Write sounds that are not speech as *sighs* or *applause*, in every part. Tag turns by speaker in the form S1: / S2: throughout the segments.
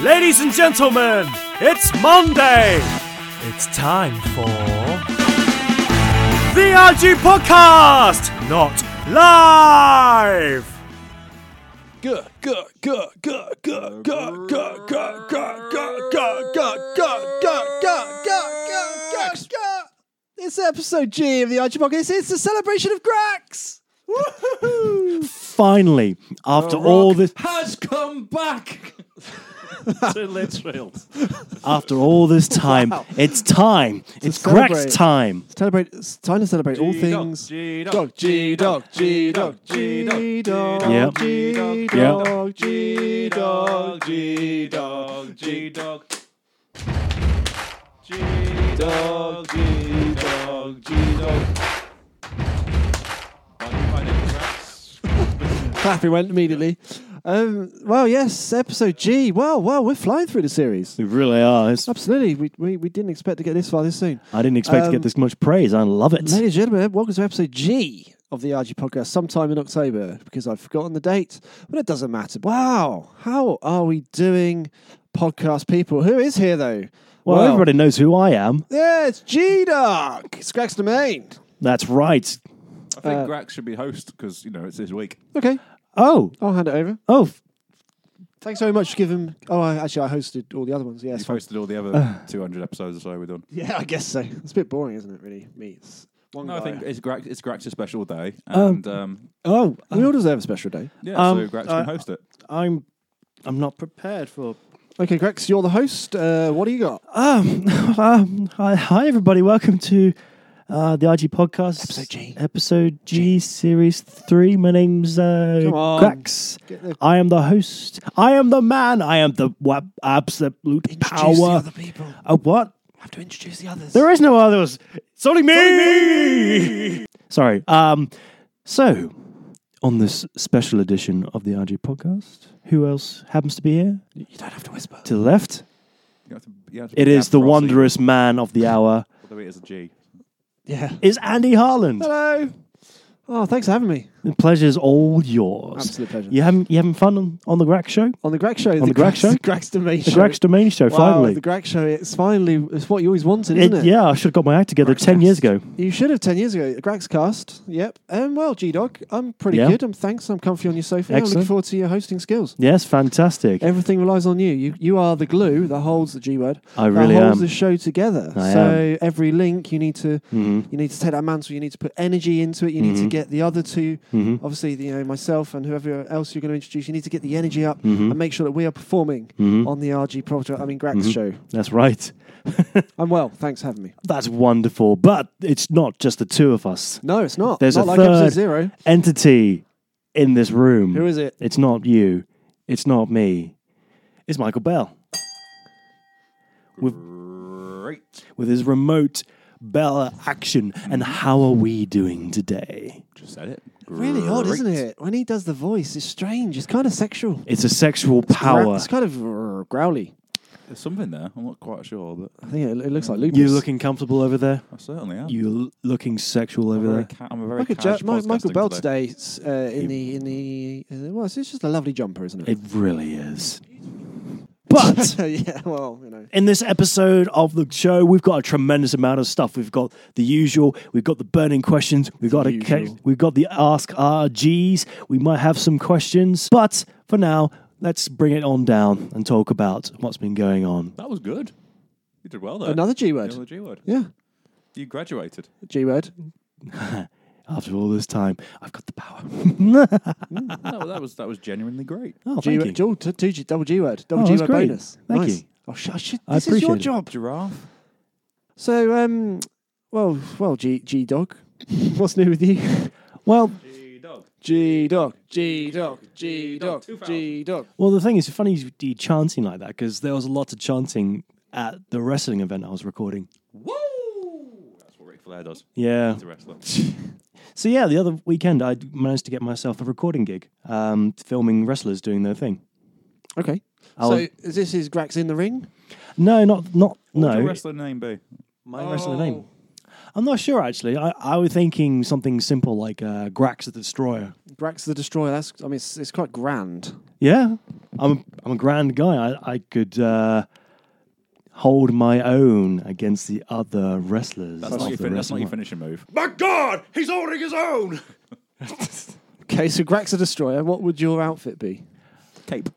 S1: Ladies and gentlemen, it's Monday. It's time for the RG Podcast, not live.
S2: Good, good, good, good, good, good, good, good, good, good, good, good, good, good, good, good, good, good. It's episode G of the Archie Podcast. It's the celebration of Grax. Woohoo!
S3: finally, after all this,
S2: has come back.
S1: *laughs* To Litchfield.
S3: after all this time, it's time. It's
S2: celebrate.
S3: Greg's time.
S2: Celebrate. It's time to celebrate all things. Dog, G dog, G dog, G dog, G dog,
S3: Yep.
S2: G dog,
S3: Yep.
S2: G dog, G dog, G dog, G dog, G dog, G dog. Clappy went immediately. Um, well, yes, episode G. Wow, wow, we're flying through the series.
S3: We really are. It's-
S2: Absolutely, we, we, we didn't expect to get this far this soon.
S3: I didn't expect to
S2: Um,
S3: get this much praise. I love it.
S2: Ladies and gentlemen, welcome to episode G of the RG podcast, sometime in October, because I've forgotten the date, but it doesn't matter. Wow, how are we doing, podcast people? Who is here though?
S3: well, everybody knows who I am.
S2: Yeah, it's G Doc. It's Greg's domain.
S3: That's right.
S4: I think
S2: Uh,
S4: Grax should be host because you know it's his
S2: *laughs*
S4: week.
S2: Okay,
S3: Oh,
S2: I'll hand it over.
S3: oh, f-
S2: Thanks very much. Give him. Oh, I, actually, I hosted all the other ones. Yes. *laughs*
S4: He's hosted all the
S2: Uh.
S4: other 200 episodes or so we've done.
S2: Yeah, I guess so. It's a bit boring, isn't it? Really, me. It's one guy.
S4: No, I think it's Grax. It's Grax's special day, and um,
S3: oh.
S2: we all deserve a special day.
S4: yeah,
S3: Um,
S4: so Grax
S3: uh,
S4: can host it.
S3: I'm, I'm not prepared for.
S2: Okay, Grex, you're the host. Uh, what do you got?
S3: Um, um, hi, hi, everybody. Welcome to uh, the IG podcast episode
S2: G.
S3: episode G, series three. My name's uh,
S2: Come on.
S3: Grax.
S2: Get the-
S3: I am the host. I am the man. I am the wa- absolute
S2: Introduce the
S3: power.
S2: other people. I
S3: Uh, what?
S2: have to introduce the others.
S3: There is no others. It's only me. Sorry. Um. So, on this special edition of the RG podcast, who else happens to be here?
S2: You don't have to whisper.
S3: To the left,
S4: You have to- you have to
S3: it
S4: be
S3: is
S4: Dan
S3: the
S4: Rossi,
S3: wondrous man of the hour.
S4: Although it is a G.
S2: Yeah.
S3: Is Andy Harland.
S2: Hello. Oh, thanks for having me.
S3: The pleasure's all yours.
S2: Absolute pleasure.
S3: You having you having fun on, on the Grax show?
S2: On the Greg Show.
S3: the Greg Show?
S2: The *laughs* Greg's Domain
S3: The
S2: Show.
S3: Grax Domain show.
S2: Wow,
S3: finally.
S2: The Greg Show. It's finally, it's what you always wanted,
S3: It-
S2: isn't it?
S3: yeah, I should have got my act together ten years ago.
S2: You should have 10 years ago. The Greg's Cast. Yep. Um, well, G Dog, I'm pretty
S3: Yeah.
S2: good. I'm thanks. I'm comfy on your sofa. I'm looking
S3: Excellent.
S2: forward to your hosting skills.
S3: Yes, fantastic.
S2: Everything relies on you. You you are the glue that holds the G word.
S3: I really
S2: that holds
S3: am.
S2: the show together.
S3: I
S2: so
S3: am.
S2: every link you need to
S3: Mhm.
S2: you need to take that mantle. You need to put energy into it. You need to
S3: Mhm.
S2: get the other 2
S3: Mhm.
S2: obviously, you know myself and whoever else you're going to introduce. You need to get the energy up
S3: Mhm.
S2: and make sure that we are performing
S3: Mhm.
S2: on the RG project. I mean, Grax
S3: Mhm.
S2: show.
S3: That's right.
S2: I'm well. Thanks for having me.
S3: That's wonderful. But it's not just the two of us.
S2: No, it's not.
S3: There's
S2: not
S3: a
S2: like episode
S3: third.
S2: zero.
S3: Entity in this room.
S2: Who is it?
S3: It's not you. It's not me. It's Michael Bell
S4: Great.
S3: with his remote Bella action. And how are we doing today?
S4: Just said it.
S2: Really odd,
S4: Great.
S2: isn't it? When he does the voice, it's strange. It's kind of sexual.
S3: It's a sexual power.
S2: It's kind of uh, growly.
S4: There's something there. I'm not quite sure, but
S2: I think it, it looks like lupus.
S3: You're looking comfortable over there.
S4: I certainly am.
S3: You're l- looking sexual
S4: I'm,
S3: over
S4: very
S3: there.
S4: ca- I'm a very
S2: Michael,
S4: casual
S2: Ja- Mi- Michael
S4: podcasting
S2: Bell
S4: today.
S2: today, s- uh, in the in the uh, well, it's it's just a lovely jumper, isn't
S3: It
S2: *laughs* it?
S3: really is.
S2: *laughs*
S3: But
S2: yeah, well, you know,
S3: in this episode of the show, we've got a tremendous amount of stuff. We've got the usual, we've got the burning questions, we've got a ca-
S2: usual.
S3: we've got the ask RGs. We might have some questions, but for now, let's bring it on down and talk about what's been going on.
S4: That was good. You did well there.
S2: another G
S4: Another
S2: word.
S4: G word.
S2: Yeah,
S4: You graduated. *laughs*
S2: G word.
S3: Oh, After all this time, I've got the power. *laughs*
S4: no, that was that was genuinely great.
S3: Oh,
S2: G
S3: thank
S2: word.
S3: you.
S2: Dual, t- two G, double G word. Double
S3: Oh,
S2: G
S3: that's
S2: word
S3: great.
S2: bonus.
S3: Thank
S2: nice.
S3: you.
S2: Oh, sh- I should,
S3: I
S2: this is your
S3: appreciate it.
S2: job.
S4: Giraffe.
S2: So, um, well, well, G G dog. *laughs* What's new with you?
S3: *laughs* Well,
S4: Dog.
S2: G dog, G dog, G dog,
S4: Two fouls.
S2: G dog.
S3: Well, the thing is, it's funny you do chanting like that because there was a lot of chanting at the wrestling event I was recording.
S4: Woo! That's what Ric Flair does.
S3: Yeah.
S4: He's a wrestler. *laughs*
S3: So yeah, the other weekend I managed to get myself a recording gig, um, filming wrestlers doing their thing.
S2: Okay.
S3: I'll-
S2: so is this is Grax in the ring?
S3: No, not not
S4: What's your
S3: no.
S4: wrestler Oh. name be?
S3: My wrestler name. I'm not sure actually. I, I was thinking something simple like uh, Grax the Destroyer.
S2: Grax the Destroyer. That's I mean, it's, it's quite grand.
S3: Yeah, I'm a, I'm a grand guy. I, I could uh, hold my own against the other wrestlers.
S4: That's,
S3: of
S4: not your,
S3: the
S4: fin- that's not
S3: wrestling
S4: your
S3: world.
S4: finishing move.
S1: My God, he's holding his own.
S2: Okay, so Grax the Destroyer, what would your outfit be?
S4: Cape.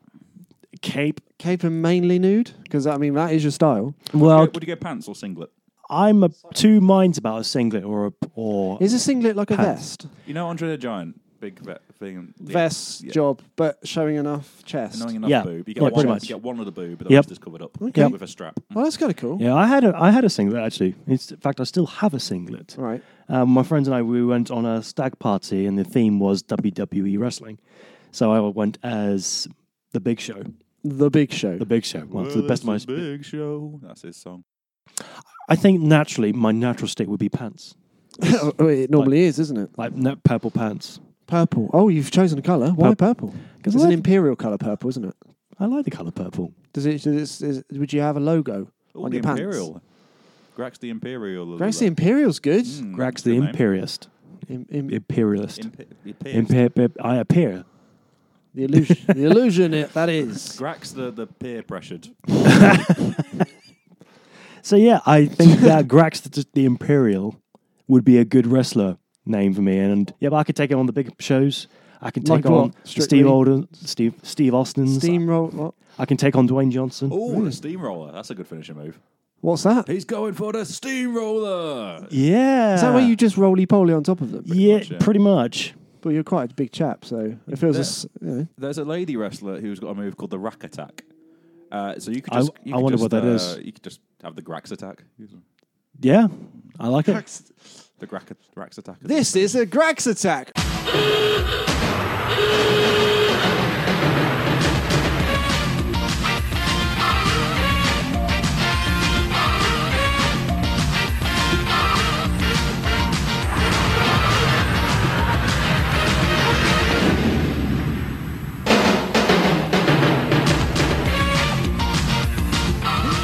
S3: Cape.
S2: Cape and mainly nude? Because, I mean, that is your style.
S3: Well,
S4: Would you go pants or singlet?
S3: I'm a, two minds about a singlet or a, or
S2: Is a singlet like a
S3: Pants.
S2: vest?
S4: You know Andre the Giant, big vet thing. yeah,
S2: Vest
S4: yeah.
S2: job, but showing enough chest.
S4: Annoying enough
S3: Yeah,
S4: boob. You
S3: yeah,
S4: get, one,
S3: pretty much.
S4: you get one of the boob, but the
S3: Yep.
S4: rest is covered up
S2: Okay.
S4: with a strap.
S2: Well, that's kind of cool.
S3: yeah. I had a I had a singlet actually. It's, in fact, I still have a singlet.
S2: Right.
S3: Um, my friends and I we went on a stag party, and the theme was WWE wrestling. So I went as the Big Show.
S2: The Big Show. *laughs*
S3: The Big Show. Well, to the best of my.
S4: big show. That's his song.
S3: I think naturally my natural state would be pants,
S2: Oh, it normally is, isn't it?
S3: like no, purple pants.
S2: Purple. Oh, you've chosen a colour. Why
S3: Purp-
S2: purple?
S3: 'Cause
S2: Because it's
S3: I
S2: an
S3: like-
S2: imperial colour, purple, isn't it?
S3: I like the color purple.
S2: Does it? Does it is, would you have a logo
S4: Oh,
S2: on
S4: the
S2: your pants?
S4: Imperial. Grax the Imperial.
S2: Grax the Imperial's good.
S4: Mm,
S3: Grax
S4: good
S3: the
S4: name.
S3: imperialist.
S2: Im, im,
S3: Imperialist.
S4: Impe- Impe-
S3: Imper- pe- I appear.
S2: the *laughs* illusion. the illusion. It, that is.
S4: Grax the, the peer pressured.
S3: So yeah, I
S2: *laughs*
S3: think that Grax the, the Imperial would be a good wrestler name for me. And yeah, but I could take him on the big shows. I can take
S2: Like what?
S3: on
S2: Strictly?
S3: Steve Alden, Steve Steve Austin's.
S2: Steamroll. What?
S3: I can take on Dwayne Johnson.
S4: Oh, the steamroller. That's a good finishing move.
S2: What's that? Is
S4: He's going for the steamroller.
S3: Yeah. Is
S2: that where you just roly poly on top of them?
S3: yeah,
S4: much, yeah.
S3: pretty much.
S2: But you're quite a big chap, so if it was a, s- you know,
S4: There's a lady wrestler who's got a move called the rack attack. Uh, so you could
S3: I-
S4: just. you
S3: I
S4: could
S3: wonder
S4: just,
S3: what that
S4: uh,
S3: is.
S4: You could just have the Grax attack.
S3: Yeah, I like it.
S4: The Grax, Grax attack.
S2: this is a Grax attack.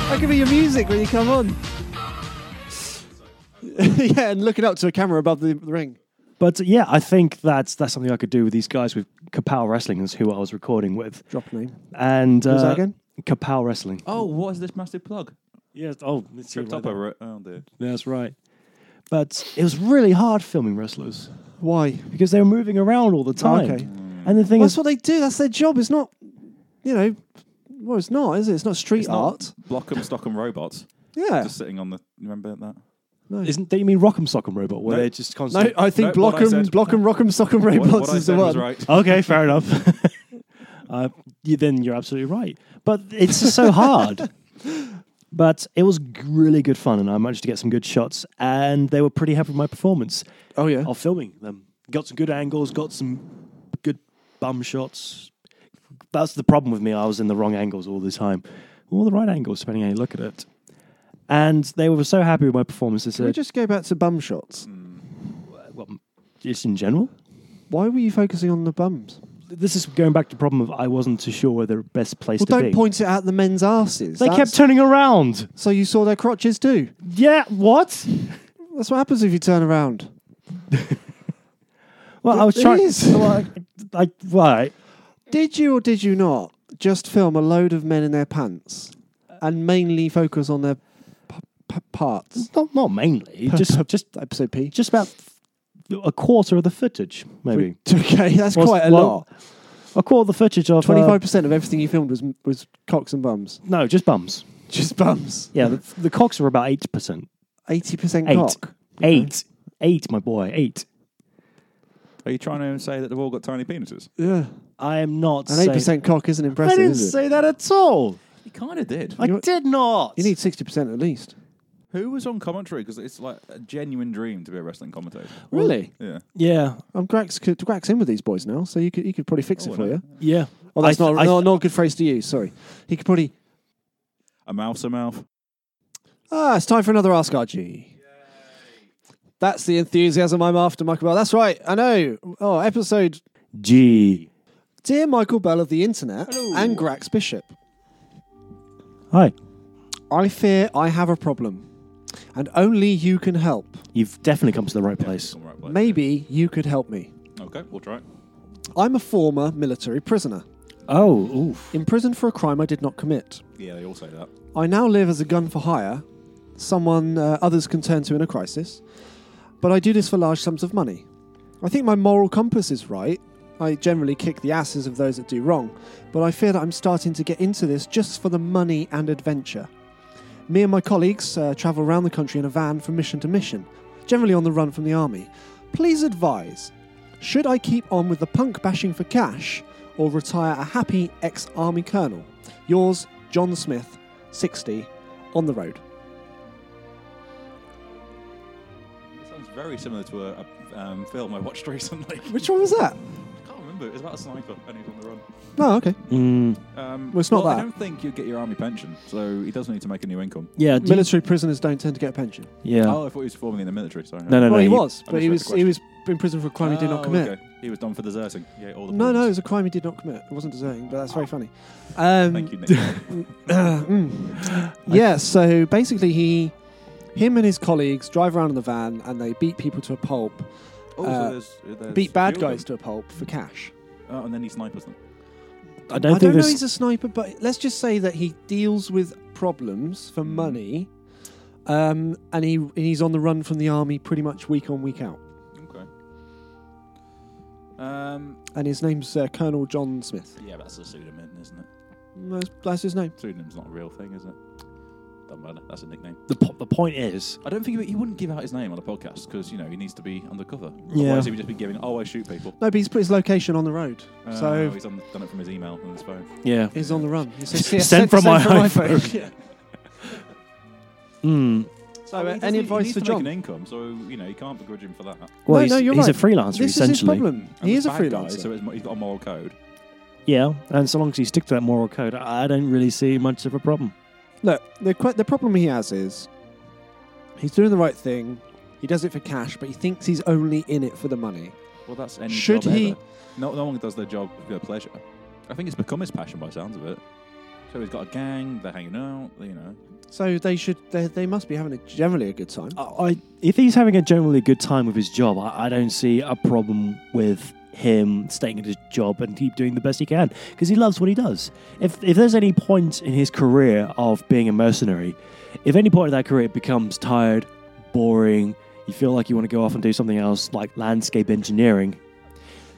S2: That could be your music when you come on. *laughs* yeah, and looking up to a camera above the, the ring.
S3: But yeah, I think that's that's something I could do with these guys with Kapow Wrestling is who I was recording with.
S2: Drop name.
S3: And uh,
S2: Who's that again?
S3: Kapow Wrestling.
S4: Oh, what is this massive plug?
S3: Yes. Oh, it's
S4: Tripped up over it. Oh, dear.
S3: That's right. But it was really hard filming wrestlers
S2: Why?
S3: because they were moving around all the time.
S2: okay.
S3: And the thing
S2: Well,
S3: is,
S2: that's what they do. That's their job. It's not, you know, well, it's not, is it? It's not street art.
S4: Block 'em, stock 'em, robots.
S2: Yeah.
S4: Just sitting on the. You remember that?
S3: isn't that you mean Rock'em Sock'em Robot where
S4: No.
S3: they're just *laughs*
S2: no,
S3: constantly?
S2: I think
S4: No, what
S2: block
S4: I
S2: 'em,
S4: said-
S2: block 'em, rock 'em, sock 'em,
S4: What,
S2: robots
S4: what I
S2: is the
S4: said was
S2: one.
S4: right.
S3: okay, fair enough. *laughs* uh, you, then you're absolutely right. But it's just so *laughs* hard. But it was g- really good fun, and I managed to get some good shots, and they were pretty happy with my performance
S2: Oh yeah.
S3: of filming them. Got some good angles, got some good bum shots. That's the problem with me. I was in the wrong angles all the time, all the right angles, depending how you look at it. And they were so happy with my performance. They
S2: Can we
S3: said,
S2: just go back to bum shots?
S4: Mm.
S3: well, just in general.
S2: Why were you focusing on the bums?
S3: This is going back to the problem of I wasn't too sure where the best place
S2: Well,
S3: to
S2: don't
S3: be.
S2: point it at the men's asses.
S3: they
S2: That's-
S3: kept turning around.
S2: so you saw their crotches too.
S3: Yeah, what?
S2: That's what happens if you turn around.
S3: Well, I was
S2: It
S3: trying.
S2: is.
S3: Well, I, I, well, I-
S2: Did you or did you not just film a load of men in their pants and mainly focus on their p- p- parts?
S3: not not mainly. Just just
S2: Episode P.
S3: just about a quarter of the footage, maybe.
S2: *laughs* Okay, that's
S3: Was-
S2: quite a
S3: well,
S2: lot.
S3: A quarter of the footage of uh,
S2: Twenty-five percent of everything you filmed was was cocks and bums.
S3: No, just bums.
S2: *laughs* Just bums.
S3: Yeah, the, the cocks were about 8%.
S2: Eighty percent
S3: Eight.
S2: cock.
S3: Eight. Eight, my boy, eight.
S4: Are you trying to say that they've all got tiny penises?
S2: Yeah,
S3: I am not
S2: an eight
S3: saying...
S2: percent cock isn't
S3: I
S2: impressive.
S3: didn't
S2: is it?
S3: say that at all.
S4: You kind of did.
S3: I
S2: You-
S3: did not.
S2: you need sixty percent at least.
S4: Who was on commentary? Because it's like a genuine dream to be a wrestling commentator.
S2: Really?
S4: Yeah.
S3: Yeah,
S2: I'm Grax. could- Grax in with these boys now, so you could you could probably fix
S4: Oh,
S2: it
S4: well,
S2: for you.
S3: yeah.
S2: Oh, that's
S3: I-
S2: not,
S3: I-
S2: not not a good phrase to use. Sorry, he could probably.
S4: A mouth to mouth.
S2: Ah, it's time for another Ask RG. That's the enthusiasm I'm after, Michael Bell. That's right. I know. Oh, episode.
S3: G.
S2: Dear Michael Bell of the Internet and Grax Bishop.
S3: Hi.
S2: I fear I have a problem, and only you can help.
S3: You've definitely come to the right place.
S4: All right, well,
S2: Maybe you could help me.
S4: Okay, we'll try. it.
S2: I'm a former military prisoner.
S3: Oh, oof.
S2: Imprisoned for a crime I did not commit.
S4: Yeah, they all say that.
S2: I now live as a gun for hire, someone uh, others can turn to in a crisis, but I do this for large sums of money. I think my moral compass is right. I generally kick the asses of those that do wrong, but I fear that I'm starting to get into this just for the money and adventure. Me and my colleagues uh, travel around the country in a van from mission to mission, generally on the run from the army. Please advise should I keep on with the punk bashing for cash or retire a happy ex army colonel? Yours, John Smith, 60, on the road.
S4: It sounds very similar to a, a um, film I watched *laughs* recently.
S2: *laughs* Which one was that?
S4: I can't remember. It was about a sniper and he was on the run.
S2: Oh, okay.
S3: Mm,
S4: Um,
S2: Well, it's not
S4: well,
S2: that.
S4: I don't think you get your army pension, so he does need to make a new income.
S3: yeah, do you-
S2: Military prisoners don't tend to get a pension.
S3: yeah.
S4: Oh, I thought he was formally in the military. Sorry.
S3: No, no, no.
S2: well, he
S3: you-
S2: was,
S4: I
S2: but he
S4: misread
S2: was
S4: the
S2: he was in prison for a crime he did
S4: Oh,
S2: not commit.
S4: okay. He was done for deserting. Yeah, all the
S2: No, no, it
S4: points.
S2: was a crime he did not commit. It wasn't deserting, but that's very funny. Um,
S4: Thank
S2: *laughs*
S4: you, Nick.
S2: *clears throat* Mm. yeah, so basically he him and his colleagues drive around in the van and they beat people to a pulp,
S4: Oh,
S2: Uh,
S4: so there's, there's
S2: beat bad
S4: few of
S2: guys
S4: them.
S2: to a pulp for cash.
S4: Oh, and then he snipers them.
S3: I don't
S2: I
S3: think
S2: don't know
S3: there's-
S2: he's a sniper, but let's just say that he deals with problems
S3: Hmm.
S2: for money, um, and he and he's on the run from the army pretty much week on week out.
S4: Okay. Um,
S2: And his name's uh, Colonel John Smith.
S4: yeah, that's a pseudonym, isn't it?
S2: That's, that's his name.
S4: Pseudonym's not a real thing, is it? Doesn't matter. That's a nickname.
S3: the, po- the point is,
S4: I don't think he, he wouldn't give out his name on the podcast because you know he needs to be undercover.
S3: Yeah.
S4: Otherwise, he would just be giving, "Oh, I shoot people."
S2: No, but he's put his location on the road,
S4: Uh,
S2: so
S4: he's on, done it from his email and his phone.
S3: yeah.
S2: he's on the run. He says,
S3: Sent
S2: "Yeah,
S3: from my *laughs*
S2: phone." Yeah.
S3: Mm.
S2: So,
S4: Well,
S2: uh,
S4: he does
S2: any
S4: need- he
S2: advice
S4: needs
S2: for
S4: to
S2: John?
S4: Make an income, so you know you can't begrudge him for that. And
S3: Well,
S2: no,
S3: he's,
S2: no, you're
S3: he's a
S2: right.
S3: freelancer
S2: This is
S3: essentially.
S2: his problem. He
S4: he's
S2: is a
S4: a bad guy,
S2: freelancer.
S4: so it's, mo- he's got a moral code.
S3: Yeah, and so long as you stick to that moral code, I don't really see much of a problem.
S2: Look, the que- the problem he has is he's doing the right thing. He does it for cash, but he thinks he's only in it for the money.
S4: Well, that's any
S2: Should
S4: job
S2: he-
S4: ever. No, no one does their job for their pleasure. I think it's become his passion by the sounds of it. So he's got a gang. They're hanging out. You know,
S2: So they should they, they must be having a, generally a good time.
S3: I, I, if he's having a generally good time with his job, I, I don't see a problem with him staying at his job and keep doing the best he can because he loves what he does. If if there's any point in his career of being a mercenary, if any point of that career becomes tired, boring, you feel like you want to go off and do something else like landscape engineering,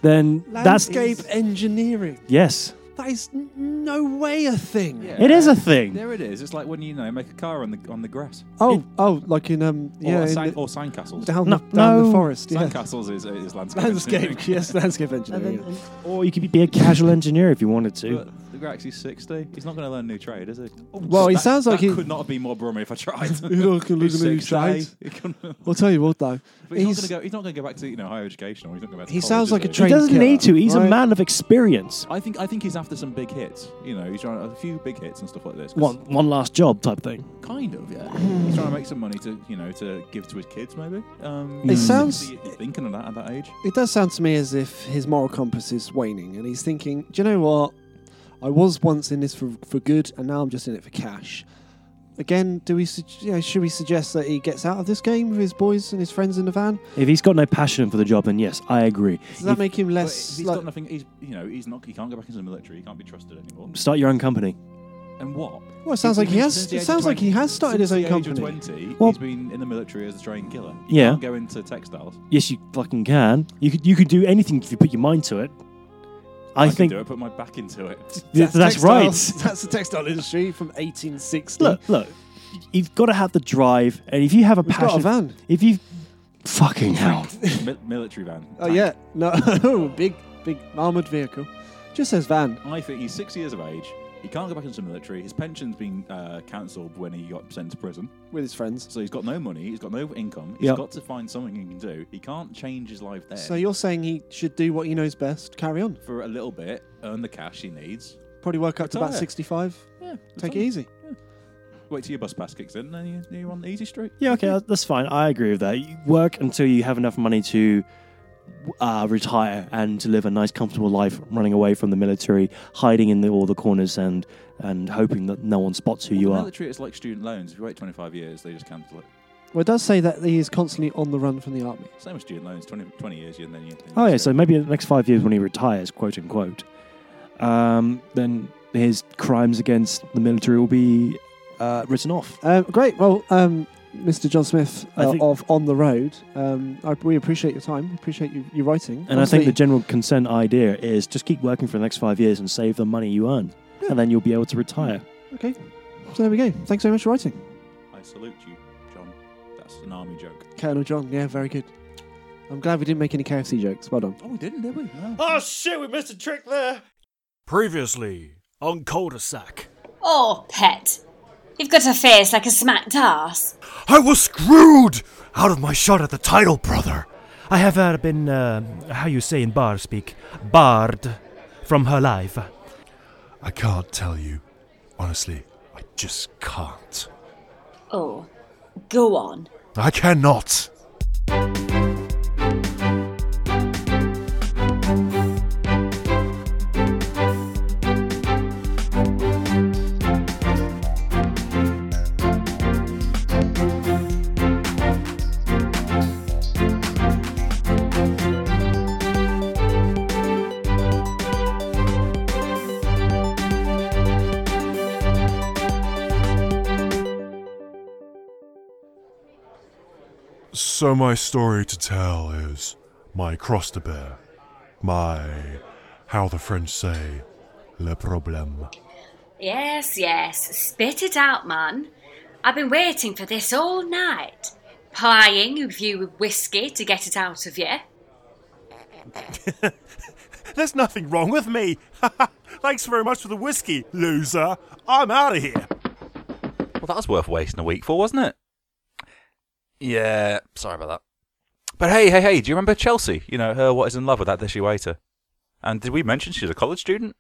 S3: then
S2: Landscape
S3: that's
S2: engineering.
S3: yes,
S2: That is n- no way a thing.
S4: Yeah.
S3: it is a thing.
S4: there it is. It's like when you know make a car on the on the grass.
S2: Oh,
S3: It-
S2: oh, like in um,
S4: Or,
S2: yeah,
S4: a
S2: in
S4: sign,
S2: the-
S4: or
S2: *laughs*
S4: sandcastles.
S2: down
S3: No,
S2: the, down the
S3: no.
S2: forest. Yeah.
S4: Sandcastles is, is landscape. *laughs*
S2: *laughs*
S4: engineering.
S2: Landscape, yes, landscape
S3: And
S2: engineering.
S3: then- or you could be a casual engineer if you wanted
S2: *laughs*
S3: to.
S4: But the Graxi's 60. He's not going to learn new trade, is he?
S2: Well, he
S4: that,
S2: sounds like
S4: that
S2: he-
S4: could not be more Brummy if I
S2: *laughs*
S4: tried.
S2: You're
S4: *laughs*
S2: not gonna
S4: He's
S2: learn new
S4: 60.
S2: trade.
S4: He *laughs* couldn't-
S2: I'll tell you what, though,
S4: but he's,
S2: He's-
S4: not going to go. He's not going to go back to you know higher education, or he's not going to go back to
S2: He
S4: college,
S2: sounds
S4: is
S2: like a
S3: He
S2: train
S3: doesn't
S2: killer,
S3: need to. He's a
S2: right?
S3: man of experience.
S4: I think I think he's after some big hits. You know, he's trying a few big hits and stuff like this.
S3: One
S4: 'cause-
S3: one last job type thing.
S4: kind of,
S2: *sighs*
S4: yeah. he's trying to make some money to you know to give to his kids, maybe. Um,
S2: It sounds-
S4: you're thinking of that at that age.
S2: It does sound to me as if his moral compass is waning, and he's thinking, "Do you know what? I was once in this for, for good, and now I'm just in it for cash." Again, do we sug- you know, should we suggest that he gets out of this game with his boys and his friends in the van?
S3: If he's got no passion for the job, then yes, I agree.
S2: Does that
S3: If-
S2: make him
S4: But
S2: less?
S4: he's got
S2: Like,
S4: nothing. He's you know he's not. He can't go back into the military. He can't be trusted anymore.
S3: start your own company.
S4: And what?
S2: well, it sounds like he
S4: Since
S2: has.
S4: the
S2: It
S4: age
S2: sounds
S4: of
S2: like he
S4: 20
S2: has started his own
S4: since the age of
S2: company.
S4: 20,
S3: Well-
S4: he's been in the military as a train killer. You
S3: Yeah.
S4: can't go into textiles.
S3: Yes, you fucking can. You could you could do anything if you put your mind to it. I,
S4: can
S3: think
S4: do it, put my back
S2: *laughs*
S4: into it.
S3: th- that's
S2: textiles-
S3: right.
S2: *laughs* That's the textile industry from 1860.
S3: Look, look. You've got to have the drive, and if you have a
S2: We've
S3: passion,
S2: got a van.
S3: if you fucking hell,
S4: Mil- military van.
S2: *laughs* Oh yeah, no, *laughs* big big armored vehicle. Just says van.
S4: I think he's six years of age. He can't go back into the military. His pension's been uh, cancelled when he got sent to prison.
S2: with his friends.
S4: So he's got no money. He's got no income. He's
S3: Yep.
S4: got to find something he can do. He can't change his life there.
S2: So you're saying he should do what he knows best, carry on,
S4: for a little bit, earn the cash he needs.
S2: probably work up to about
S4: Retire.
S2: 65,
S4: Yeah,
S2: take it easy.
S4: Wait till your bus pass kicks in, and then you, you're on the easy street.
S3: yeah, okay, that- that's fine. I agree with that. You work until you have enough money to uh, retire and to live a nice, comfortable life, running away from the military, hiding in the, all the corners, and and hoping that no one spots who
S4: Well,
S3: you
S4: the
S3: are.
S4: military is like student loans. If you wait 25 years, they just cancel it.
S2: Well, it does say that he is constantly on the run from the army.
S4: Same with student loans, 20, 20 years, and then you.
S3: Oh yeah, so maybe the next five years when he retires, quote unquote, um, then his crimes against the military will be uh, written off.
S2: Um, great. Well, um, Mr. John Smith
S3: I
S2: uh,
S3: think-
S2: of On the Road, um, I, we appreciate your time. Appreciate you, you writing.
S3: And I think the
S2: Obviously-
S3: general consent idea is just keep working for the next five years and save the money you earn, and then you'll be able to retire.
S2: okay. So there we go. Thanks very much for writing,
S5: I salute you, John. That's an army joke.
S2: Colonel John. Yeah, very good. I'm glad we didn't make any KFC jokes. Well done.
S5: Oh, we didn't, did we? No.
S1: Oh shit, we missed a trick there. Previously on cul-de-sac.
S6: Oh, pet. You've got a face like a smacked ass.
S1: I was screwed out of my shot at the title, brother. I have uh, been, uh, how you say in bar speak, barred from her life. I can't tell you. Honestly, I just can't.
S6: Oh, go on.
S1: I cannot.
S7: So my story to tell is my cross to bear, my how the French say, le problème.
S6: Yes, yes. Spit it out, man. I've been waiting for this all night. Plying you with whiskey to get it out of you.
S1: There's nothing wrong with me. *laughs* Thanks very much for the whiskey, loser. I'm out of here.
S4: Well, that was worth wasting a week for, wasn't it? Yeah, sorry about that. But hey, hey, hey, do you remember Chelsea? You know, her What Is in Love with that dishy waiter. And did we mention she's a college student?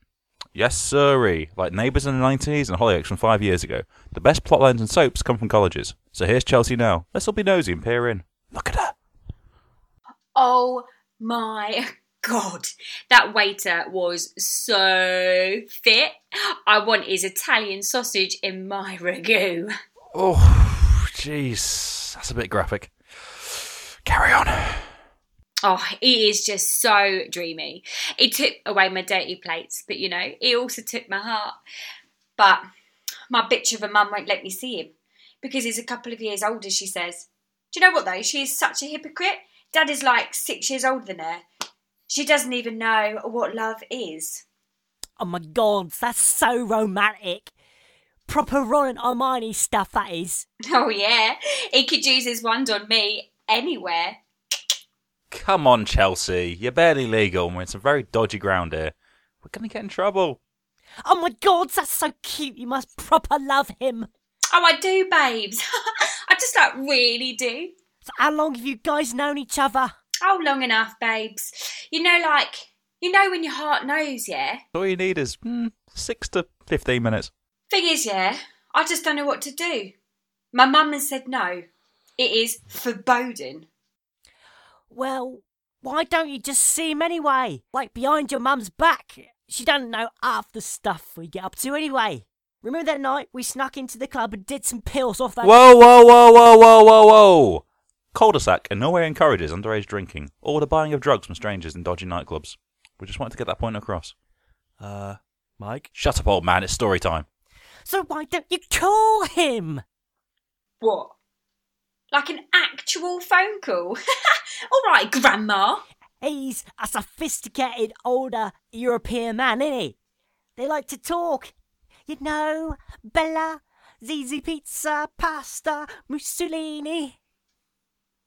S4: Yes, sirree. Like Neighbours in the 90s and Hollyoaks from five years ago. The best plotlines and soaps come from colleges. So here's Chelsea now. Let's all be nosy and peer in. Look at her.
S6: Oh my god. That waiter was so fit. I want his Italian sausage in my ragu.
S4: Oh, jeez. That's a bit graphic. Carry on.
S6: Oh, he is just so dreamy. He took away my dirty plates, but you know, he also took my heart. But my bitch of a mum won't let me see him because he's a couple of years older, she says. Do you know what though? She is such a hypocrite. Dad is like six years older than her. She doesn't even know what love is. *laughs*
S8: Oh my god, that's so romantic. Proper Ron and Hermione stuff, that is.
S6: Oh, yeah. He could use his wand on me anywhere.
S4: Come on, Chelsea. You're barely legal and we're in some very dodgy ground here. We're going to get in trouble.
S8: Oh my god, that's so cute. You must proper love him.
S6: Oh, I do, babes. *laughs* I just like really do.
S8: So how long have you guys known each other?
S6: Oh, long enough, babes. You know, like, you know when your heart knows, yeah?
S4: All you need is mm, six to fifteen minutes.
S6: Thing is, yeah, I just don't know what to do. My mum has said no. It is foreboding.
S8: Well, why don't you just see him anyway? Like behind your mum's back. She doesn't know half the stuff we get up to anyway. Remember that night we snuck into the club and did some pills off that
S4: Whoa, whoa, whoa, whoa, whoa, whoa, whoa! Cul-de-sac in no way encourages underage drinking or the buying of drugs from strangers in dodgy nightclubs. We just wanted to get that point across.
S1: Uh, Mike?
S4: Shut up, old man. It's story time.
S8: So why don't you call him?
S6: What? Like an actual phone call? *laughs* All right, Grandma.
S8: He's a sophisticated older European man, isn't he? They like to talk. You know, Bella, Zizi Pizza, Pasta, Mussolini.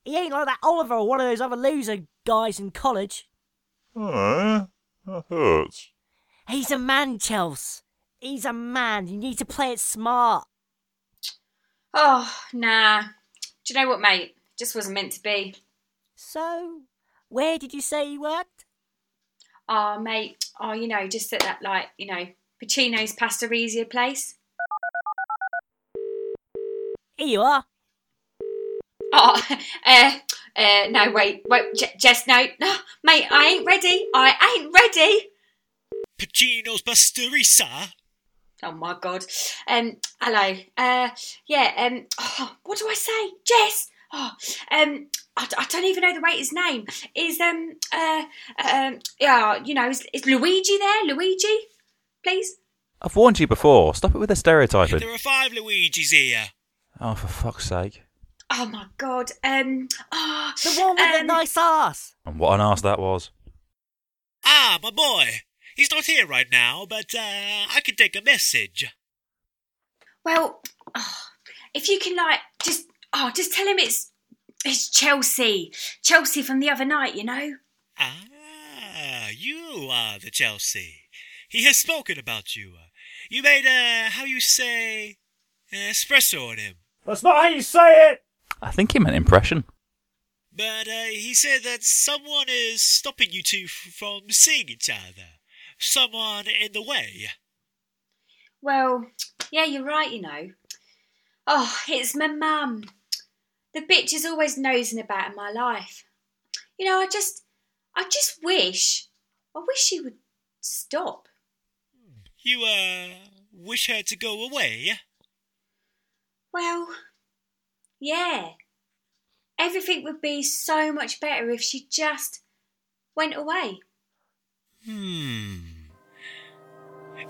S8: He ain't like that Oliver or one of those other loser guys in college.
S7: Oh, that hurts.
S8: He's a man, Chels. He's a man. You need to play it smart.
S6: Oh, nah. Do you know what, mate? Just wasn't meant to be.
S8: So, where did you say you worked?
S6: Oh, mate. Oh, you know, just at that, like, you know, Pacino's Pastorizia place.
S8: Here you are.
S6: Oh, *laughs* uh, uh, no, wait, wait, J- Jess, no, *gasps* no, mate, I ain't ready. I ain't ready.
S1: Pacino's Pasturisa?
S6: Oh my god. Um, hello. Uh, yeah. Um, oh, what do I say, Jess? Oh, um, I, d- I don't even know the waiter's name. Is um, uh, um, yeah, you know, is, is Luigi there? Luigi? please?
S9: I've warned you before. Stop it with the stereotyping.
S10: There are five Luigi's here.
S9: Oh, for fuck's sake.
S6: Oh my god. Um. ah,
S8: The one with the
S6: um,
S8: nice ass.
S9: And what an arse that was.
S10: Ah, my boy. He's not here right now, but uh, I can take a message.
S6: Well, oh, if you can, like, just oh, just tell him it's it's Chelsea, Chelsea from the other night. You know.
S10: Ah, you are the Chelsea. He has spoken about you. You made a, how you say, an espresso on him.
S1: That's not how you say it!
S9: I think he meant impression.
S10: But uh, he said that someone is stopping you two f- from seeing each other. Someone in the way.
S6: Well, yeah, you're right. You know. Oh, it's my mum. The bitch is always nosing about in my life. You know, I just, I just wish, I wish she would stop.
S10: You, uh, wish her to go away?
S6: Well, yeah. Everything would be so much better if she just went away.
S10: Hmm.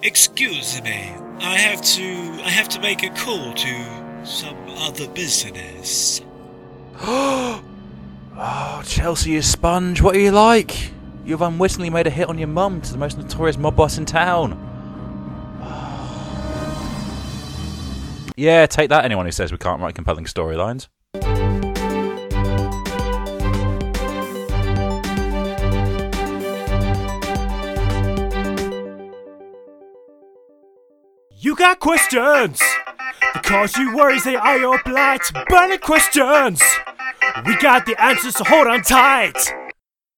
S10: Excuse me. I have to. I have to make a call to some other business.
S9: Oh, Chelsea, you sponge. What are you like? You've unwittingly made a hit on your mum to the most notorious mob boss in town. *sighs* yeah, take that, anyone who says we can't write compelling storylines.
S1: You got questions! Because you worries they are your blight. Burning questions! We got the answers, so hold on tight!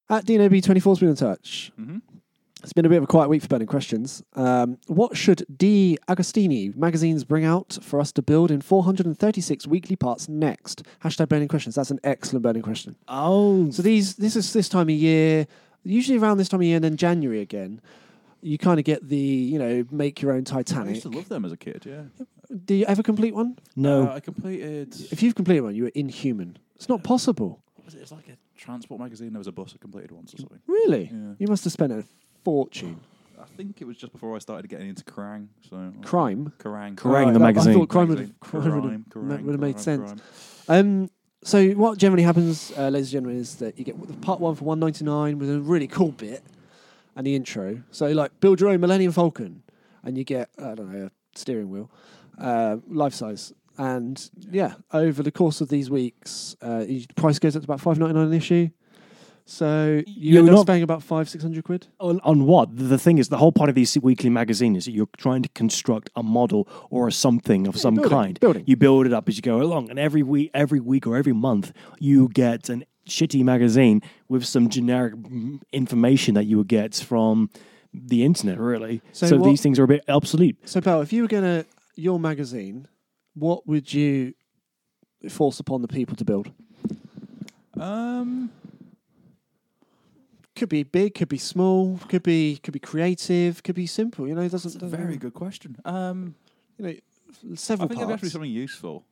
S2: At DNOB24's been in touch.
S4: Mhm.
S2: It's been a bit of a quiet week for burning questions. Um, what should D. Agostini magazines bring out for us to build in 436 weekly parts next? Hashtag burning questions. That's an excellent burning question.
S3: Oh,
S4: Um,
S2: So these this is this time of year, usually around this time of year and then January again. You kind of get the, you know, make your own
S4: I
S2: Titanic.
S4: used to love them as a kid. Yeah.
S9: *laughs*
S2: Do you ever complete one?
S9: Oh.
S4: Uh, I completed.
S2: If you've completed one, you are inhuman. It's not possible.
S4: what was it? it was like a transport magazine. There was a bus I completed once or something.
S2: Really?
S4: Yeah.
S2: You must have spent a fortune.
S4: I think it was just before I started getting into Kerrang. So
S2: Crime.
S4: Kerrang.
S3: Kerrang, the
S2: I- I
S3: magazine.
S2: thought crime would
S4: Magazine.
S2: have, crime would have,
S4: Kerrang,
S2: ma- would have made
S4: Kerrang,
S2: sense.
S4: Kerrang.
S2: Um, so what generally happens, uh, ladies and gentlemen, is that you get the part one for one ninety nine with a really cool bit and the intro. So like build your own Millennium Falcon, and you get I don't know a steering wheel, uh, life size. And yeah, over the course of these weeks, uh, each- the price goes up to about five ninety nine an issue. So you
S3: You're
S2: end
S3: not-
S2: up spending about five six hundred quid.
S3: On, on what? The- The thing is, the whole point of these weekly magazine is that you're trying to construct a model or a something of some
S2: building,
S3: kind.
S2: building.
S3: You build it up as you go along, and every week, every week or every month, you get an shitty magazine with some generic mm, information that you would get from the internet. Really,
S2: So
S3: so,
S2: what-
S3: these things are a bit obsolete.
S2: So, Belle, if you were gonna your magazine, what would you force upon the people to build?
S4: Um,
S2: Could be big, could be small, could be could be creative, could be simple. You know, it doesn't
S4: it's a very good question. Um,
S2: You know,
S4: I
S2: several
S4: think it'd have
S2: parts,
S4: to be something useful.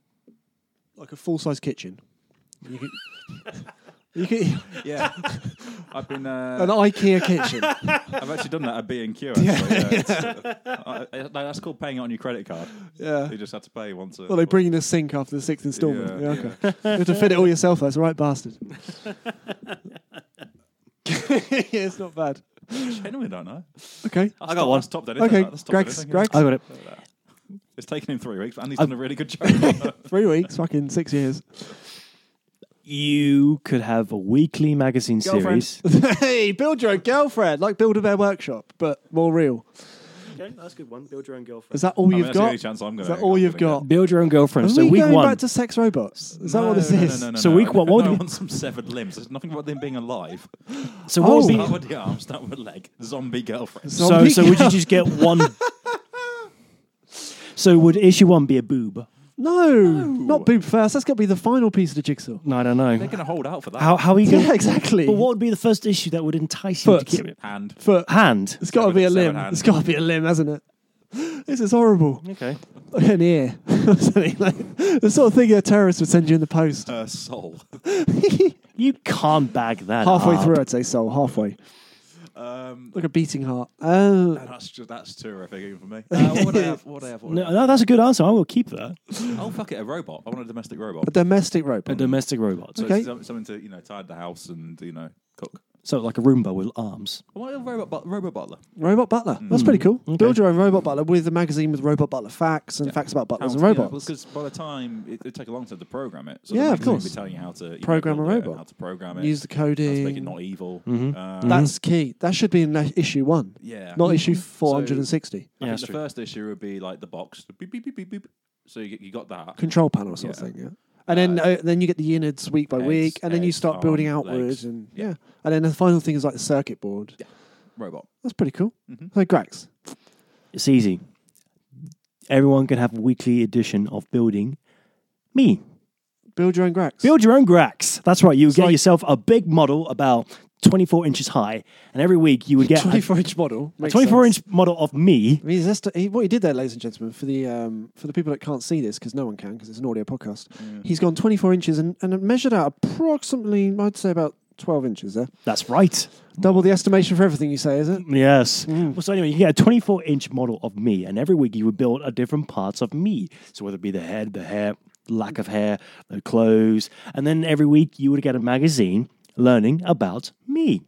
S2: like a full size kitchen. You could, *laughs* you could
S4: Yeah. *laughs* I've been. Uh,
S2: an IKEA
S4: *laughs*
S2: kitchen.
S4: I've actually done that at B
S2: *laughs*
S4: and Q. Actually, yeah. It's- I- I- like, that's called paying it on your credit card.
S2: Yeah.
S4: You just had to pay once. A,
S2: Well, they bring in a sink after the sixth instalment.
S4: Yeah,
S2: Yeah, okay. you have to fit it all yourself. That's right,
S4: *laughs*
S2: bastard. *laughs* yeah, it's not bad.
S4: Genuinely don't know.
S2: Okay.
S4: I got one. That's top dead. isn't
S2: Okay,
S4: it? That's top dead,
S2: Greg's,
S4: isn't it?
S2: Greg's
S3: I got it.
S4: It's taken him three weeks, and he's done a
S2: *laughs*
S4: really good job. *laughs*
S2: three weeks, fucking six years.
S3: You could have a weekly magazine
S2: Girlfriend.
S3: series.
S2: *laughs* hey, build your own girlfriend, like Build a Bear Workshop, but more real.
S11: Okay, that's a good one. Build your own girlfriend.
S2: Is that all
S4: I mean,
S2: you've
S4: that's the only
S2: got?
S4: chance I'm
S2: Is
S4: gonna-
S2: that all
S4: I'm
S2: you've
S4: gonna
S2: got?
S4: get.
S3: Build your own
S2: Are
S3: girlfriend. So
S2: we
S3: week
S2: going
S3: one.
S2: back to sex robots? Is that
S4: No,
S2: what this
S4: no,
S2: is?
S4: No, no, no,
S3: So
S4: no.
S3: week one- what
S4: No,
S3: would
S4: I
S3: be-
S4: want some severed limbs. There's nothing about them
S2: *laughs*
S4: being alive.
S3: so what would be?
S4: Start with the arms, start with the leg. Zombie girlfriend.
S3: So, so
S2: *laughs*
S3: would you just get one? so would issue one be a boob?
S2: No, not boob first. That's got to be the final piece of the jigsaw.
S3: No, I don't know.
S4: They're going to hold out for that.
S3: How how are you going?
S2: *laughs* Yeah, *laughs* exactly.
S11: But what would be the first issue that would entice you
S2: Foot.
S11: to keep it?
S4: Hand.
S2: Foot.
S3: Hand.
S2: It's got to be a
S4: Seven- seven
S2: limb.
S4: hand.
S2: It's got to be a limb, hasn't it? *gasps* This is horrible.
S3: Okay.
S2: An *laughs* ear. Something like- *laughs* the sort of thing a terrorist would send you in the post.
S4: Her soul. *laughs*
S3: You can't bag that.
S2: halfway
S3: up.
S2: uh, through, I'd say so. Halfway.
S4: Um,
S2: Like a beating heart. Oh.
S4: and that's just that's terrific even for me. Uh, what do I
S2: *laughs*
S4: have? What do I have? What do I
S3: No, no, that's a good answer. I will keep that.
S4: have? Oh fuck it, a robot. I want a domestic robot.
S2: A domestic robot.
S3: A domestic robot.
S4: So
S2: Okay.
S4: it's some- something to you know tidy the house and you know cook.
S3: So like a Roomba with arms.
S4: I want a robot, but, robot butler.
S2: Robot Butler. That's pretty cool. Build your own Robot Butler with a magazine with Robot Butler facts and facts about butlers and robots.
S4: Because by the time it, it'd take a long time to program it. So
S2: Yeah,
S4: the
S2: of
S4: magazine would
S2: course.
S4: Be telling you how to you know,
S2: Program a
S4: build it and
S2: robot.
S4: how to program it,
S2: Use the
S4: how to make
S2: coding. Mm-hmm.
S4: it not evil. Um,
S2: That's key. That should be in uh, issue one,
S4: yeah,
S2: not issue 460.
S4: I
S3: Yeah,
S4: think
S3: that's
S4: the
S3: true.
S4: first issue would be like the box. Beep, beep, beep, beep, beep. So you, get- you got that.
S2: Control panel or something. Yeah. And then uh, then you get the units week by
S4: Eggs,
S2: week, and then you
S4: eggs,
S2: start building
S4: arms,
S2: outwards,
S4: legs.
S2: and
S4: Yeah.
S2: yeah. And then the final thing is like the circuit board.
S4: robot.
S2: That's pretty cool. So Grax,
S3: It's easy. Everyone can have a weekly edition of building me.
S2: build your own Grax.
S3: Build your own Grax. That's right. You would get
S2: like-
S3: yourself a big model about 24 inches high, and every week you would get a,
S2: 24 inch model.
S3: a
S2: Makes
S3: 24
S2: sense.
S3: inch model of me.
S2: I mean, that's the- he, what he did there, ladies and gentlemen, for the um, for the people that can't see this because no one can because it's an audio podcast. He's gone 24 inches and, and measured out approximately, I'd say about 12 inches there.
S3: That's right.
S2: Double the estimation for everything you say, is it?
S3: Yes.
S2: Mm.
S3: Well, so anyway, you get a 24 inch model of me, and every week you would build a different parts of me. So whether it be the head, the hair, lack of hair, the clothes, and then every week you would get a magazine learning about me.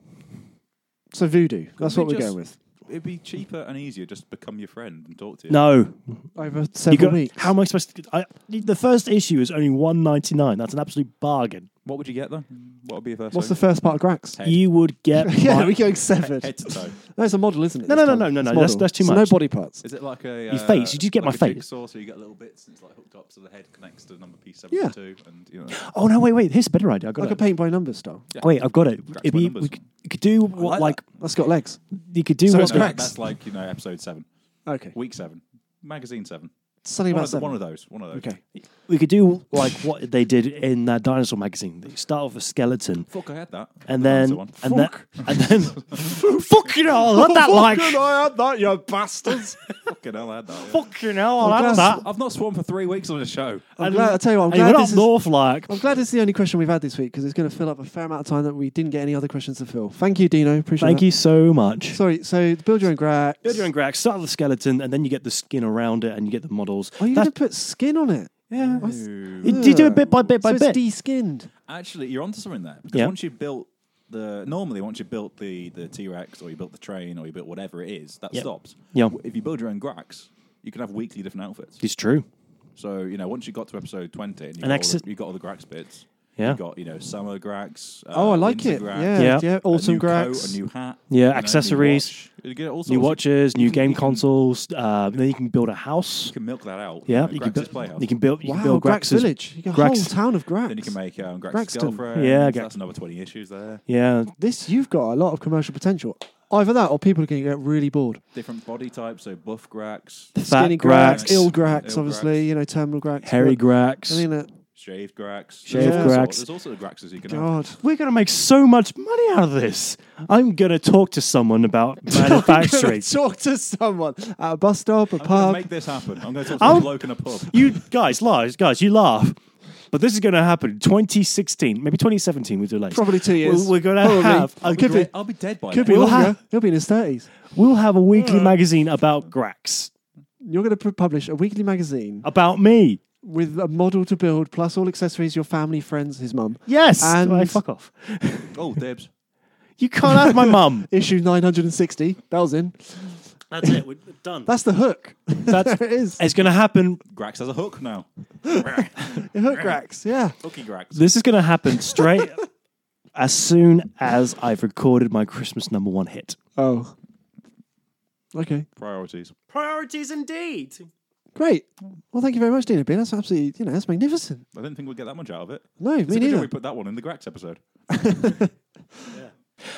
S2: So voodoo. That's
S4: we
S2: what we're
S4: just-
S2: going with.
S4: It'd be cheaper and easier just to become your friend and talk to you.
S3: No,
S2: Over
S3: you
S2: several
S3: got,
S2: weeks.
S3: how am I supposed to? I, the first issue is only 1.99. That's an absolute bargain.
S4: What would you get though? What would be your first?
S2: What's
S4: thing?
S2: the first part of Grax?
S4: Head.
S3: You would get
S2: *laughs* yeah,
S3: my-
S2: we going severed.
S4: head to toe?
S2: *laughs* That's a model, isn't it?
S3: No,
S2: this
S3: no, no,
S2: time?
S3: no, no,
S2: It's
S3: no,
S2: model.
S3: that's- that's too
S2: So
S3: much.
S2: no body parts.
S4: Is it like a uh,
S3: Your face, you just get
S4: like
S3: my
S4: a
S3: face.
S4: Jigsaw, so you get little bits, and it's like hooked up, so the head connects to the number piece
S2: Yeah.
S4: seventy-two, and you know.
S3: Oh no! Wait, wait. Here's a better idea. I got
S2: Like a
S3: it.
S2: paint by numbers style.
S3: Wait, I've got it. It'd
S4: my
S3: be-
S4: numbers.
S3: we could, you could do what, like,
S2: That's got legs.
S3: you could do
S2: So
S3: what
S2: it's
S4: No,
S2: Grax.
S4: that's like you know episode seven,
S2: Okay.
S4: week seven, magazine seven.
S2: Something about
S4: One of, the,
S2: seven.
S4: one of those. One of those.
S2: Okay.
S3: we could do like what they did in that dinosaur magazine. They start off a skeleton,
S4: Fuck, I had that.
S3: and
S4: The
S3: then
S4: answer one.
S3: and then and then *laughs* fucking hell, I had that like
S12: I had that, you bastards.
S3: *laughs*
S4: Fucking hell, I had that. yeah.
S3: fucking hell, I had
S2: glass-
S3: that.
S4: I've not sworn for three weeks on a show.
S2: I'm glad, I tell you what, I'm
S3: And you
S2: glad,
S3: went up
S2: this is,
S3: north like
S2: I'm glad it's the only question we've had this week because it's going to fill up a fair amount of time that we didn't get any other questions to fill. Thank you, Dino. Appreciate
S3: Thank
S2: that.
S3: you so much.
S2: Sorry, so build your own Grax.
S3: Build your own Grax, start with the skeleton, and then you get the skin around it, and you get the models.
S2: Are you going
S3: That's-
S2: to put skin on it?
S3: yeah.
S2: I s-
S3: You, you do it bit by bit
S2: So
S3: by
S2: it's
S3: bit.
S4: Uh,
S2: de-skinned.
S4: Actually, you're onto something there because
S3: Yeah.
S4: once you built the normally once you built the the T Rex or you built the train or you built whatever it is that
S3: Yep.
S4: stops.
S3: Yeah.
S4: If you build your own Grax, you can have weekly different outfits.
S3: it's true.
S4: So you know once you got to episode twenty and you,
S3: An
S4: got, all
S3: exit-
S4: the, you got all the Grax bits.
S3: Yeah.
S4: You got you know summer Grax. Uh,
S2: Oh, I like
S4: winter
S2: it.
S4: Grax,
S2: Yeah,
S3: Yeah.
S2: yeah.
S4: a new
S2: Autumn
S4: coat,
S2: Grax.
S4: a new hat.
S3: Yeah,
S4: you know, new
S3: accessories,
S4: watch. You get all
S3: New
S4: sorts of-
S3: watches,
S4: you
S3: new
S4: can-
S3: game
S4: you can-
S3: consoles. Uh, then you can build a house.
S4: You can milk that out.
S3: Yeah,
S4: you,
S3: you
S4: know,
S3: can,
S4: Grax's
S3: build,
S4: playhouse.
S3: you can build. You
S2: Wow,
S3: can build
S2: Grax
S3: Grax's-
S2: village. You got a whole
S3: Grax-
S2: town of Grax.
S4: Then you can make um, Grax's
S2: Graxton.
S4: girlfriend.
S3: Yeah,
S4: so
S3: Grax-
S4: that's another twenty issues there.
S3: Yeah,
S2: this, you've got a lot of commercial potential. Either that or people are going to get really bored.
S4: Different body types, so buff Grax,
S3: Fat
S2: Skinny Grax,
S3: Grax.
S2: ill Grax,
S4: Ill
S2: obviously,
S4: Grax.
S2: you know, terminal Grax.
S3: Harry
S2: but-
S3: Grax.
S2: I mean, uh,
S4: shaved Grax,
S3: Shaved
S4: There's all
S3: Grax.
S4: sorts- There's also the Graxes you can have.
S2: God.
S3: We're going to make so much money out of this. I'm going to *laughs* talk to someone about
S2: *laughs*
S3: manufacturing.
S2: Talk to someone at a bus stop, a
S4: I'm going
S2: pub.
S4: to make this happen. I'm going to talk
S3: I'll-
S4: to a bloke in a pub.
S3: you guys, lies, guys, you laugh. But this is going to happen in 2016, maybe 2017 with delays.
S2: Probably two years.
S3: We're, going to
S2: Probably.
S3: have a,
S2: Could be.
S4: I'll be dead by
S2: Could
S4: then.
S2: be
S3: We'll
S2: longer.
S3: have-
S2: He'll be in his 30s.
S3: we'll have a weekly magazine about Grax,
S2: You're going to publish a weekly magazine
S3: about me.
S2: with a model to build, plus all accessories, your family, friends, his mum.
S3: Yes,
S2: And-
S3: Well, fuck off.
S4: Oh, Debs.
S3: You can't have my mum.
S2: Issue 960. Bell's in.
S3: *laughs* That's it. We're done.
S2: That's the hook. *laughs*
S3: That's-
S2: there it is.
S3: *laughs* it's going to happen.
S4: Grax has a
S3: *laughs*
S4: hook now.
S2: The hook racks, yeah.
S4: Hooky Grax.
S3: This is going to happen *laughs* straight as soon as I've recorded my Christmas number one hit.
S2: Oh. Okay.
S4: Priorities.
S3: Priorities indeed.
S2: Great. Well, thank you very much, Dina B. That's absolutely, you know, that's magnificent.
S4: I didn't think we'd get that much out of it.
S2: No,
S4: It's
S2: me
S4: a good job
S2: neither.
S4: we put that one in the Grax episode.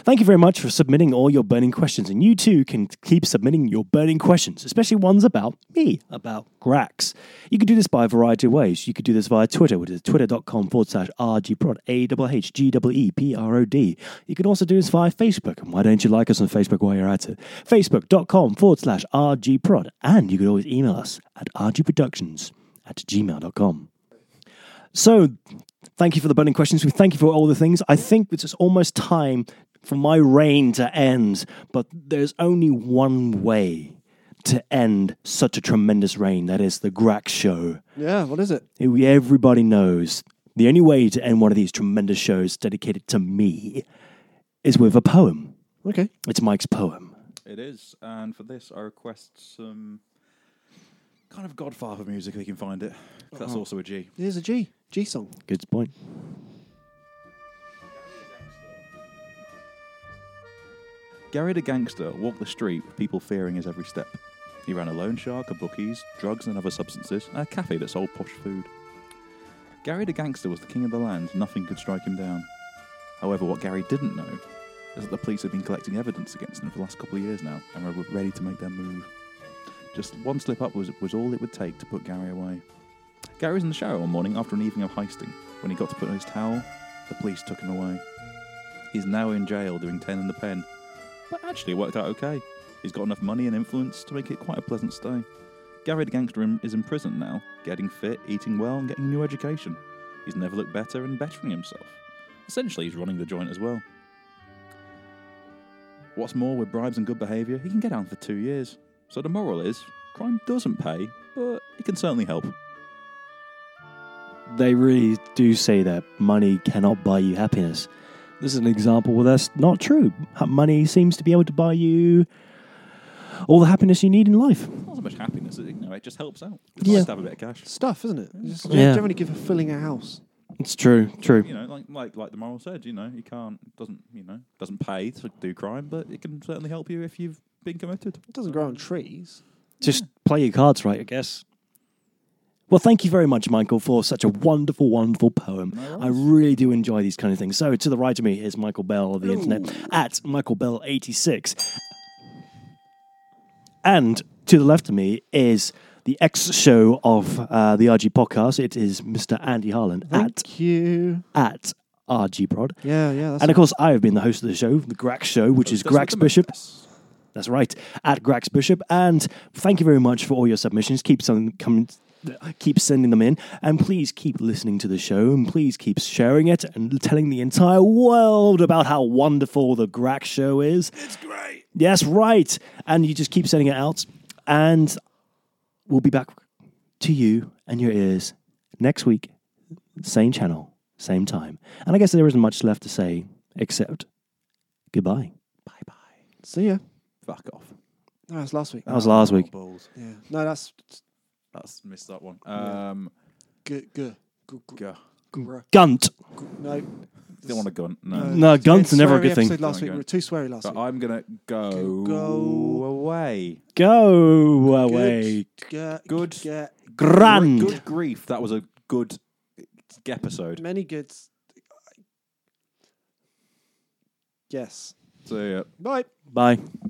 S3: Thank you very much for submitting all your burning questions, and you too can keep submitting your burning questions, especially ones about me, about Grax. You can do this by a variety of ways. You could do this via Twitter, which is twitter.com forward slash rgprod, A-H-G-E-E-P-R-O-D. You can also do this via Facebook, and why don't you like us on Facebook while you're at it? Facebook.com forward slash rgprod, and you could always email us at rgproductions at gmail.com. So, thank you for the burning questions. We thank you for all the things. I think it's almost time for my reign to end. But there's only one way to end such a tremendous reign. That is the Grax Show.
S2: Yeah, what is it?
S3: Who Everybody knows the only way to end one of these tremendous shows dedicated to me is with a poem.
S2: Okay.
S3: It's Mike's poem.
S4: It is. And for this, I request some kind of Godfather music if you can find it. 'Cause That's
S2: Uh-huh.
S4: also a G.
S2: Here's a G. G song.
S3: Good point.
S4: Gary the gangster walked the street with people fearing his every step. He ran a loan shark, a bookies, drugs and other substances, and a cafe that sold posh food. Gary the gangster was the king of the land, nothing could strike him down. However, what Gary didn't know is that the police have been collecting evidence against him for the last couple of years now and were ready to make their move. Just one slip up was, was all it would take to put Gary away. Gary was in the shower one morning after an evening of heisting. When he got to put on his towel, the police took him away. He's now in jail doing 10 in the pen, but actually it worked out okay. He's got enough money and influence to make it quite a pleasant stay. Gary the Gangster im- is in prison now, getting fit, eating well, and getting a new education. He's never looked better and bettering himself. Essentially, he's running the joint as well. What's more, with bribes and good behaviour, he can get out for two years. So the moral is crime doesn't pay, but it can certainly help.
S3: They really do say that money cannot buy you happiness. This is an example where that's not true. Ha- Money seems to be able to buy you all the happiness you need in life.
S4: Not so much happiness, is it? No, it just helps out. It's
S3: Yeah.
S4: nice to have a bit of cash.
S2: Stuff, isn't it? Just
S3: Yeah.
S2: generally give a filling a house.
S3: It's true, true.
S4: You know, like like like the moral said, you know, you can't doesn't you know doesn't pay to do crime, but it can certainly help you if you've been committed.
S2: It doesn't grow on trees.
S3: Just play your cards right, I guess. Well, thank you very much, Michael, for such a wonderful, wonderful poem. I really do enjoy these kind of things. So, to the right of me is Michael Bell of the internet at Michael Bell eighty six, and to the left of me is the ex show of uh, the RG podcast. It is Mister Andy Harlan at
S2: Thank you.
S3: at RG Prod.
S2: Yeah, yeah. That's
S3: And of course, I have been the host of the show, the Grax Show, which is
S4: That's what
S3: Grax
S4: the mo-
S3: Bishop. That's right, at Grax Bishop. And thank you very much for all your submissions. Keep some coming. Keep sending them in, and please keep listening to the show, and please keep sharing it and telling the entire world about how wonderful the Grax Show is. It's great. Yes, right. And you just keep sending it out, and we'll be back to you and your ears next week, same channel, same time. And I guess there isn't much left to say except goodbye.
S4: Bye bye.
S2: See ya.
S4: Fuck off.
S2: No, that's last week.
S3: That was last week.
S4: Balls.
S2: Yeah. No, that's
S4: That's missed that one. Um,
S2: g g g g
S4: yeah.
S2: gr-
S3: Gunt.
S2: gr- no.
S4: Didn't want to go. on. No.
S3: No, guns are never a
S2: Sweary
S3: good thing.
S2: episode Last
S4: Don't
S2: week
S4: go.
S2: we were too sweary last
S4: But
S2: week.
S4: I'm gonna go,
S2: Go
S4: away.
S3: Go away.
S2: Good.
S4: Good.
S2: G-
S3: Grand.
S4: Good grief. That was a good episode.
S2: many goods. Yes.
S4: So yeah.
S2: Bye.
S3: Bye.